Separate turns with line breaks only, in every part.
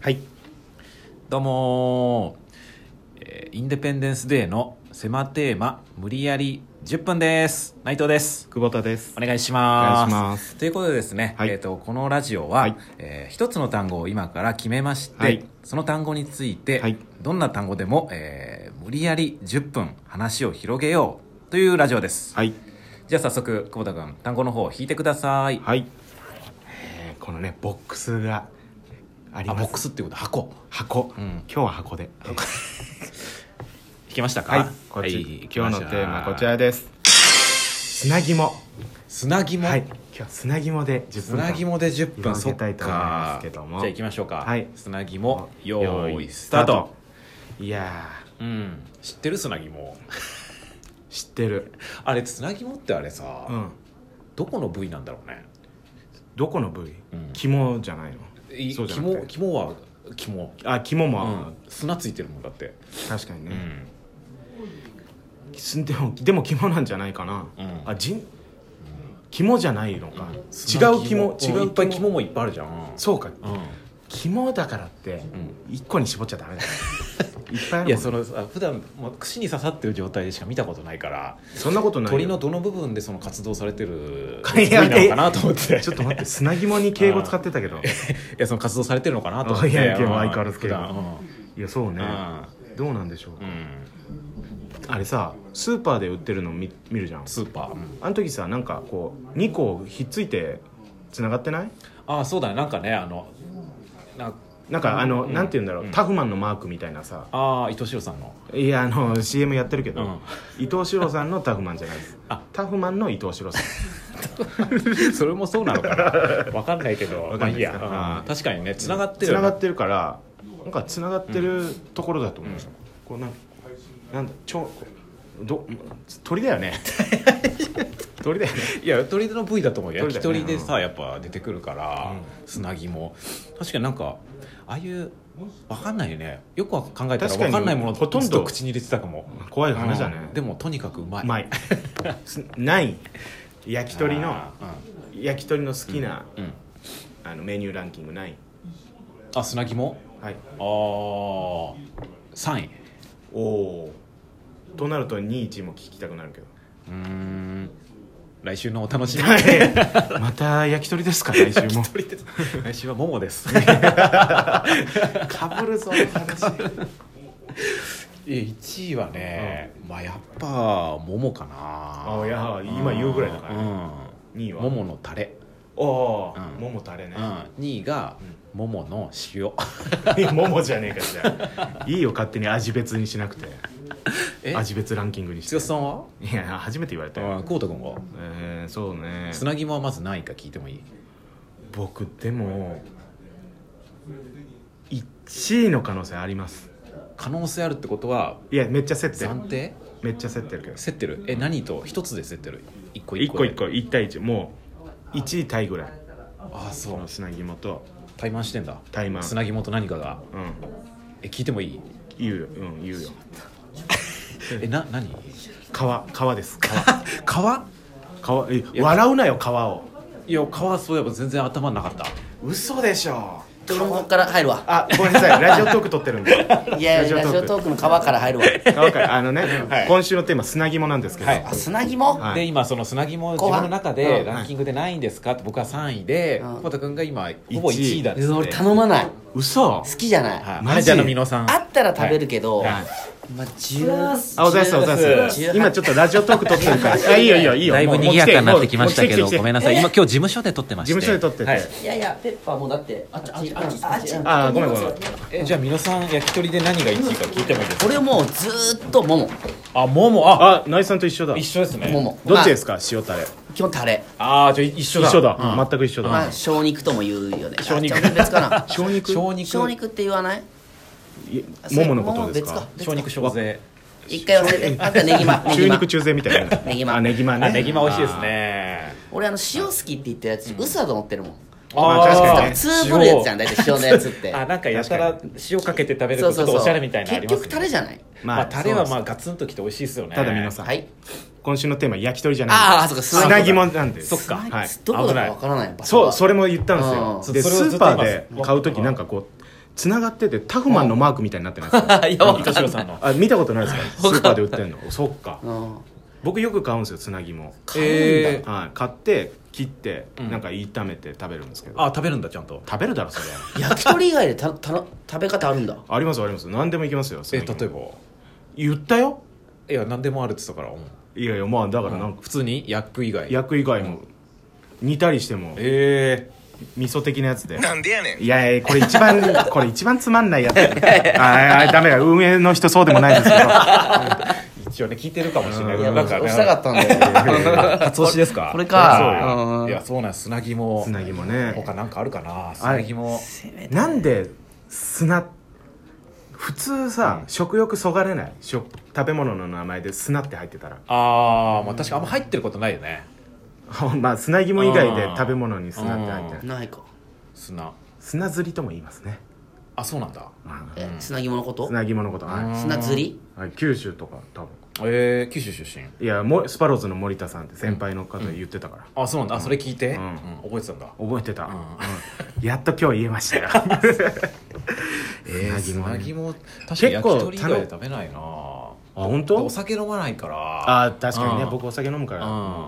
はい
どうもー、えーインデペンデンスデーの狭テーマ無理やり10分です内藤です
久保田です
お願いします
お願いします
ということでですね、
はい
えー、とこのラジオは、
はい
えー一つの単語を今から決めまして、
はい
その単語について、
はい
どんな単語でも、えー無理やり10分話を広げようというラジオです、
はい
じゃあ早速久保田君単語の方を引いてください、
はい、えーこのねボックスがあり
あ
ます
ボックスっていうこと箱
箱、
うん
今日は箱で
引きましたか
はいこっち、今日のテーマこちらです砂肝
砂肝
はい今日は砂肝で10
つ
分間
なぎもで10分
広
そ
げ
った
いと思い
か
ますけども
じゃあ行きましょうか
はい
つなぎも
用
用
意
意
ス
ス
タ
タ
ー
ー
ト
ト
いや
うん知ってるつなぎも
ー知ってる
あれつなぎもってあれさ、
うん
どこの部位なんだろうね
どこの部位、
うん
肝じゃないの
い
そうじゃなくて
肝肝は肝
あ肝
う
も、
ん砂ついてるもんだって
確かに
う
ね、
ん
でもでも肝なんじゃないかな、
うん
あじん肝じゃないのか、
砂
違う肝違
ん
う
いっぱい肝もいっぱいあるじゃん
そうか
うん、
肝だからって一個に絞っちゃダメだよいっぱいあるもん
いやそのさ普段もう串に刺さってる状態でしか見たことないから
そんなことないよ
鳥のどの部分でその活動されてる部
い
位
や
なのかなと思って
ちょっと待って砂肝に敬語使ってたけど
いやその活動されてるのかなと思っ
あい
て
やいや
うん
相変わらず
普段
いやそうね
う、
どうなんでしょうん
うん、
あれさスーパーで売ってるの見見るじゃん
スーパー、うん
あの時さなんかこう2個ひっついてつながってない
ああそうだねなんかねあのな
なんかあの、
うん
なんて言うんだろう、
うん
タフマンのマークみたいなさ
ああ伊藤四郎さん の
いやあの CM やってるけど、
うん
伊藤四郎さんのタフマンじゃないです
あ
タフマンの伊藤四郎さん
それもそうなのかな わかんないけど
わかんな
まあ
い
いい
です
や
か、
うん確かにねつながって
つ
る
なが
よ
ってるからなんかつながってるところだと思うんですよ、こうなんなんだちょど鳥だよ ね鳥だよね
いや鳥の部位だと思うよ
鳥
焼
だよ
き
ね
鳥でさやっぱ出てくるから
う
砂肝確かになんかああいうわかんないよねよく考えたら
確か
わ
に
かんないもの
ほとんど
ずっと口に入れてたかも
怖い話だね、
うんでもとにかくうまいう
まいすない焼き鳥の
あーうん
焼き鳥の好きな、
うん、
あのメニューランキングない
あ砂肝
はい
ああ3位
おおとなると21も聞きたくなるけど
うーん来週のお楽しみ
また焼き鳥ですか来週も
鳥です来週はももです
かぶるぞ話
1位はね、まあやっぱももかな
あいや今言うぐらいだから
う
ね
ん
2位は
もものタレ、
おおー、
うん
ももたれね
うん、2位がももの塩
い やももじゃねえかじゃあいいよ勝手に味別にしなくて
え
味別ランキングにして
剛さんは
んいや初めて言われたよ、
あこうたくんは
えー、そうね
砂肝はまず何位か聞いてもいい
僕でも1位の可能性あります
可能性あるってことはい
やめっちゃ競ってる
暫定
めっちゃ競ってるけど
競ってるえ何と一つで競ってる一個一
1
個
個
で
1個1対1もう1位タイぐらい
ああそ
こ
う
の砂肝と
怠慢してんだ
タイマン
砂肝と何かが
うん
え聞いてもいい
言うようん言うよ
えな 何
皮皮です 皮
皮
皮え笑うなよ皮を
いや皮そういえば全然頭なかった
嘘でしょ
こから入るわ
あごめんなさいラジオトーク撮ってるん で
いやいやラジオトークの川から入るわ
わかるあのね、
はい
今週のテーマ砂肝なんですけど、
はい
あ砂肝、
はい
で今その砂肝自
後
分
半
の中
う
で
ん
ランキングで何位ですかって僕は3位で
うん
久保田君が今ほぼ1位だっつっ
うん
て
俺頼まない
嘘
好きじゃない、
はい
マジ
はいじゃあのみのさん
あったら食べるけど、
はい
まあ10
あおざいすおざいす
18
今ちょっとラジオトーク撮ってるからあいいよいいよいいよ
だいぶ
もう
賑やかになってきましたけ
も
ど
う来て来て来て
ごめんなさい今今日事務所で撮ってまして
事務所で撮ってて、
はい
いやいやペッパーもだってあっちあっちあっちあっち
ああごめんごめん
えじゃあみのさん焼き鳥で何が1位か聞いてもいいですか
俺もうずーっともも
あももあ
あナイさんと一緒だ
一緒ですね
もも
どっちですか塩タレ
基本タレ
ああじゃあ一緒
一
だ
緒だ、全く一緒だ、
まあ小肉とも言うよね
小肉
あじゃあ別かな
小肉
小肉
小肉って言わない
いもものことですか
別
小肉小背
一回忘れてあとネギマ ネ
中
ギマ
肉中背みた いな
ネギマ
あネギマね
あネギマ美味しいですね
俺あの塩好きって言ってるやつ嘘だと思ってるもん
まあ確かにね
ツーブルやつじゃん大体塩のやつ って
あなんかやたら塩かけて食べるとちょっとおしゃれみたいなのあ
結
りますね
局タレじゃない
まあ、タレはま
あ
あガツンときて美味しいですよね
ただ皆さん、
はい
今週のテーマ焼き鳥じゃない
ああそうか
砂肝なんです
そっか
はい
どこだかわからない場所
そう
が
それも言ったんですよ
うん
で
それを
スー
ずっと
パ
今
ーで買う時なんかこうつながっててタフマンのマークみたいになってないですか
い
やわかんな
敏
い
郎さんの
あ見たことないですかスーパーで売ってんのそっか
うん
僕よく買うんですよつなぎも、
えー、
はい、買って切って
うん
なんか炒めて食べるんですけど、
あ食べるんだちゃんと
食べるだろそれ
焼き鳥以外でたたの食べ方あるんだ
ありますあります何でもいきますよ
え
砂肝
例えば
言ったよ
いや何でもあるって言ったから、うん
いやいやまあだからなんか
普通に薬以外
焼く以外も煮たりしても
え
味噌的なやつで
なんでやねん
いやいやこれ 一番これ一番つまんないやつああダメだ運営の人そうでもないですけ ど
ー、一応ね聞いてるかもしれない
うん
け
い
ど
や
なん
も
か
う
ね
したかったんだよ
初押しですか
これ
そう
か
いやそうなんです砂肝
つなぎもね
他なんかあるか
あ
な砂
れ
肝
なんで砂普通さ、
うん
食欲そがれない食食べ物の名前で砂って入ってたら
あー、まあ確かあんま入ってることないよね
まあ砂肝以外で食べ物に砂って入って
う
ない
ないか
砂
砂ずりとも言いますね、
あそうなんだ
うん
え砂肝のこと
砂肝のことはい、
砂釣り
はい、九州とか多分
えー、九州出身
いやもスパローズの森田さんって先輩の方言ってたから、
あそうなんだあそれ聞いて、
う
うんん覚えてたんだ
覚えてた、
ん
うんやっと今日言えま したよ
えー、
砂肝ね
砂肝確かに焼き鳥以外
結構
で食べないな
あ
あ
本
お
当
酒飲まないから
あ確かにね
うん
僕お酒飲むから、
うん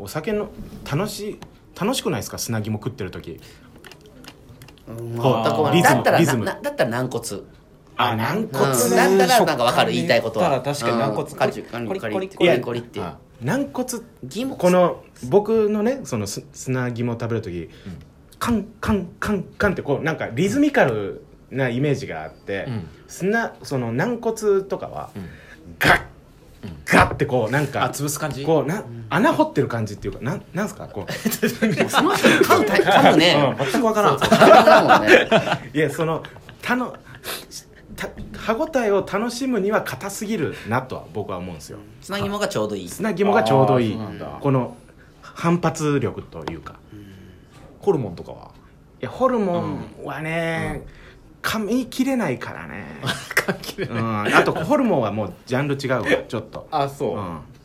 お酒の楽しい楽しくないですか砂肝食ってる時
うん全く
こ
う
わかんない
リズム
だったら
リズム
ななだったら軟骨
あ軟
うん
骨
だったらなんかわかる言いたいことは
食感で言ったら確かに軟骨
うんカリカリ
コリコリ
カリコ
コ
リ
リ
コリコリって
あ
軟骨
ギモ
この僕のねそのす砂肝食べる時、カンカンカンカンってこうなんかリズミカルなイメージがあって、
うん
砂その軟骨とかは、
ん
ガッガッってこうなんか
あ潰す感じ
こうな穴掘ってる感じっていうかなんなんすかこう
その人噛むタイプ噛むね
全く分からん
噛むだもんね
いやそのたのた歯ごたえを楽しむには硬すぎるなとは僕は思うんですよ
砂肝がちょうどいい
砂肝がちょうどい
あ
い
ーそうなんだ
この反発力というか
ホルモンとかはい
やホルモンはね、噛み切れないから ね、
関係
うん、あとホルモンはもうジャンル違うわちょっと、、
あそう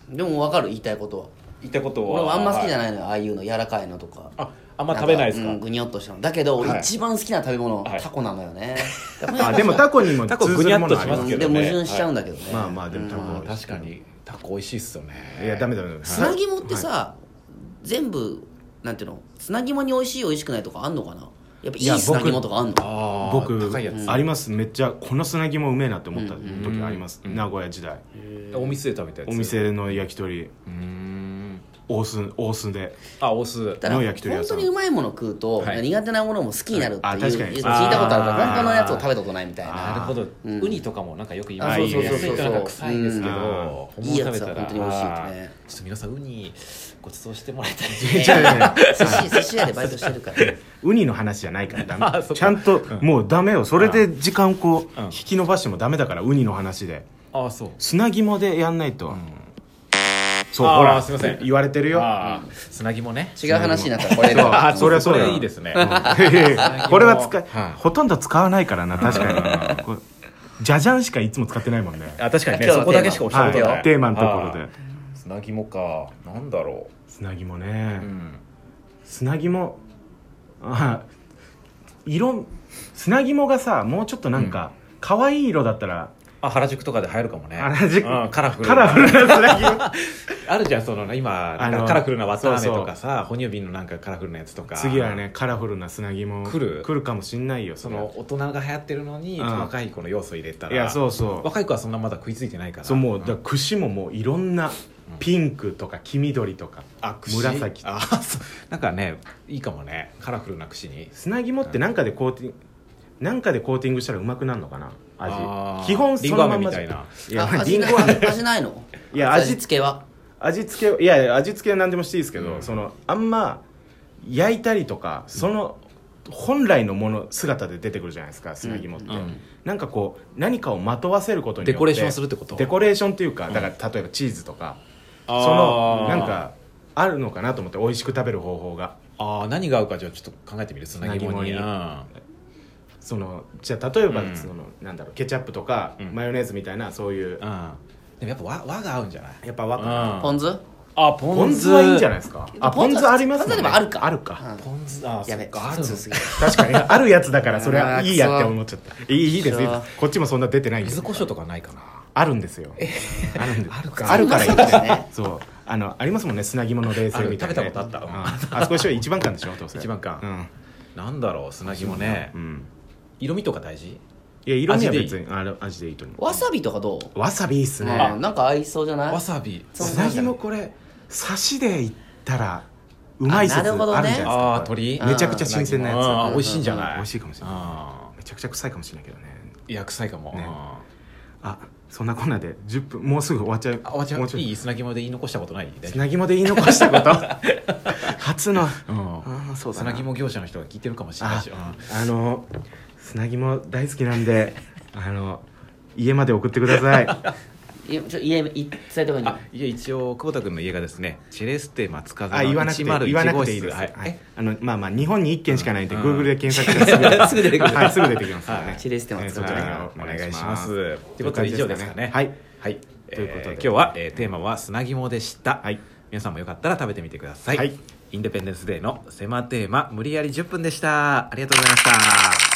うん
でもわかる言いたいことは
言ったこと
俺はあんま好きじゃ
い
ないのよああいうの柔らかいのとか
ああんま食べないです
うん
か
ぐにょっとしたのだけど
は
俺
い
一番好きな食べ物
はい
タコなの よね
あでもタコにも
タコ
通ずるものあり
ぐに
ま
ゃっとしますす
け
け
ど
ど
で
ね
矛盾しちゃうんだけどね
まあまあでもタコ
あ
は
ー確かにタコ美味しいっすよね
いやダメダメダメ
砂肝ってさ全部なんていうの砂肝に美味しい美味しくないとかあんのかなやっぱい
いや
い砂肝とかあんの
あー
僕
高いやつ
ありますめっちゃこの砂肝うめえなって思った時あります、名古屋時代、
お店で食べたやつ
お店の焼き鳥
うーん
大須大須で
あお酢
だから
の
本
焼き鳥屋さん
当にうまいもの食うと、
はい
苦手なものも好きになるっていう
あ確かに
聞いたことあるから
あー
本当のやつを食べたことないみたいな
なるほど
うん
ウニとかもなんかよく言いま
あ
す
そう
よ
そうそう
ね安いとなんか臭いんですけ
うん
ど本
いい
物
や
食べ
つ
た
は
ら
本当に美味しいってね
あーちょっと皆さんウニご馳走してもら いたい
いやいやいや寿司寿司屋でバイトして るから
ウニの話じゃないからダ
あ
メ
そっか
ちゃんともうダメよそれで時間こう
うん
引き延ばしてもダメだからウニの話で
ああそう
砂肝でやんないと、そう
あー
ほら
すいません
言われてるよ
あー砂肝ね
違う話になったらこれ
あ
だ
そりゃそうだ
これいいですね
うんこれは使い、
はい
ほとんど使わないからな確か にこうじゃじゃんしかいつも使ってないもんね
あ確かにね
今日の
そこだけしかおっしゃ
は
っ
い
てない
テーマのところ
あ
で
ー砂肝かなんだろ
砂肝ね、
ううん
砂肝あ色砂肝がさもうちょっとなんか、可愛い色だったら
あ原宿とかで流行るかもね
原宿
うんカラフル
カラフルな砂 肝
あるじゃんその今
あの
カラフルな綿あめ
そうそう
とかさ哺乳瓶のなんかカラフルなやつとか
次はねカラフルな砂肝
来る
来るかもしんないよ
そ
そ
の
の
大人が流行ってるのに
うん
若い子の要素入れたら
いやそうそう
若い子はそんなまだ食いついてないから
そうもうだから
ん
串ももういろんなピンクとか黄緑とか
あ串
紫
あ そうなんかねいいかもねカラフルな串に
砂肝ってなんかでコーティングなんかでコーティングしたらうまくなるのかな
あー
味基本そのまんまじゃ
リンゴ飴
い
み
や
あ
リ
味
ン
な
ゴ飴
味ないの
いや味
付けは
味付けをいやいや味付けは何でもしていいですけど、
うん
そのあんま焼いたりとかその本来のもの姿で出てくるじゃないですか砂肝って、
うんうん
なんかこう何かをまとわせることによって
デコレーションするってこと
デコレーションというかだから例えばチーズとか、
あー
そのなんかあるのかなと思って美味しく食べる方法が
ああ何が合うかじゃあちょっと考えてみる砂肝に
砂
うん
そのじゃあ例えば
うん
その、なんだろうケチャップとか、
うん
マヨネーズみたいなそういう、
うんでもやっぱ和和が合うんじゃない
やっぱ和かな
うん
ポン酢
あポ
ポ
ン酢
ン酢はいいんじゃないですかあポン酢あります
ポン酢でもあるか
あるか
うん
ポン酢あ
やべ
そっかある
普
の
通すぎる
確 かにあるやつだからそれ
あ
は
ー
いいやって思っちゃったいいいいですいいで
くそ
すこっちもそんな出てないんです
水胡椒とかないかな
あるんですよあるんですある
か
あるからいい
そうですね
そうあのありますもんね砂肝の冷製みたいなね
ある食べたことあ
うんあそこでしょ一番缶でしょどうせ
一番缶なんだろう砂肝ね
うんうん
色味とか大事
いや色味は
味で
別
いい
にあの味でいいと思う
わさびとかどう
わさびいいっすね
うんなんか合いそうじゃない
わさび
そう
砂肝これ刺しでいったらうまい説ある
あな
んじ
るほどね
ゃないですか
ああ
これ
鶏
めちゃくちゃ新鮮なやつ
あー美味しいんじゃない
美味しいかもしれない
あ
めちゃくちゃ臭いかもしれないけどね
ーいや臭いかも、
ね
あ
あそんなこんなで10分もうすぐ終わっちゃう
ーあおばちゃん
もうちょっと
いい砂肝で言い残したことない大丈
砂肝で言い残した こと初の
夫うん
ああそうだな
砂肝業者の人が聞いてるかもしれない
あ
しうん
あの砂肝大好きなん であの家まで送ってください
いやちょ家伝えた方がいいんじゃ
あ
ない
いや一応久保田君の家がですねチェレステ松風の
あ言わなくて
101
言わなくていいで
号
す、
室
は
はいいえ
あのまあまあ日本に1軒しかないんで、
うん
Google で検索した らすぐ
すぐ出てくる
はいすぐ出てきますからね
チレステマ
えー
使
そ
っ
ちら
てね
から
お願いします。ということで以上ですかね。
はい。
はい。
ということで
えー今日は、えーテーマは砂肝でした。
はい
皆さんもよかったら食べてみてください。
はい
インデペンデンスデーの狭テーマ無理やり10分でした。ありがとうございました。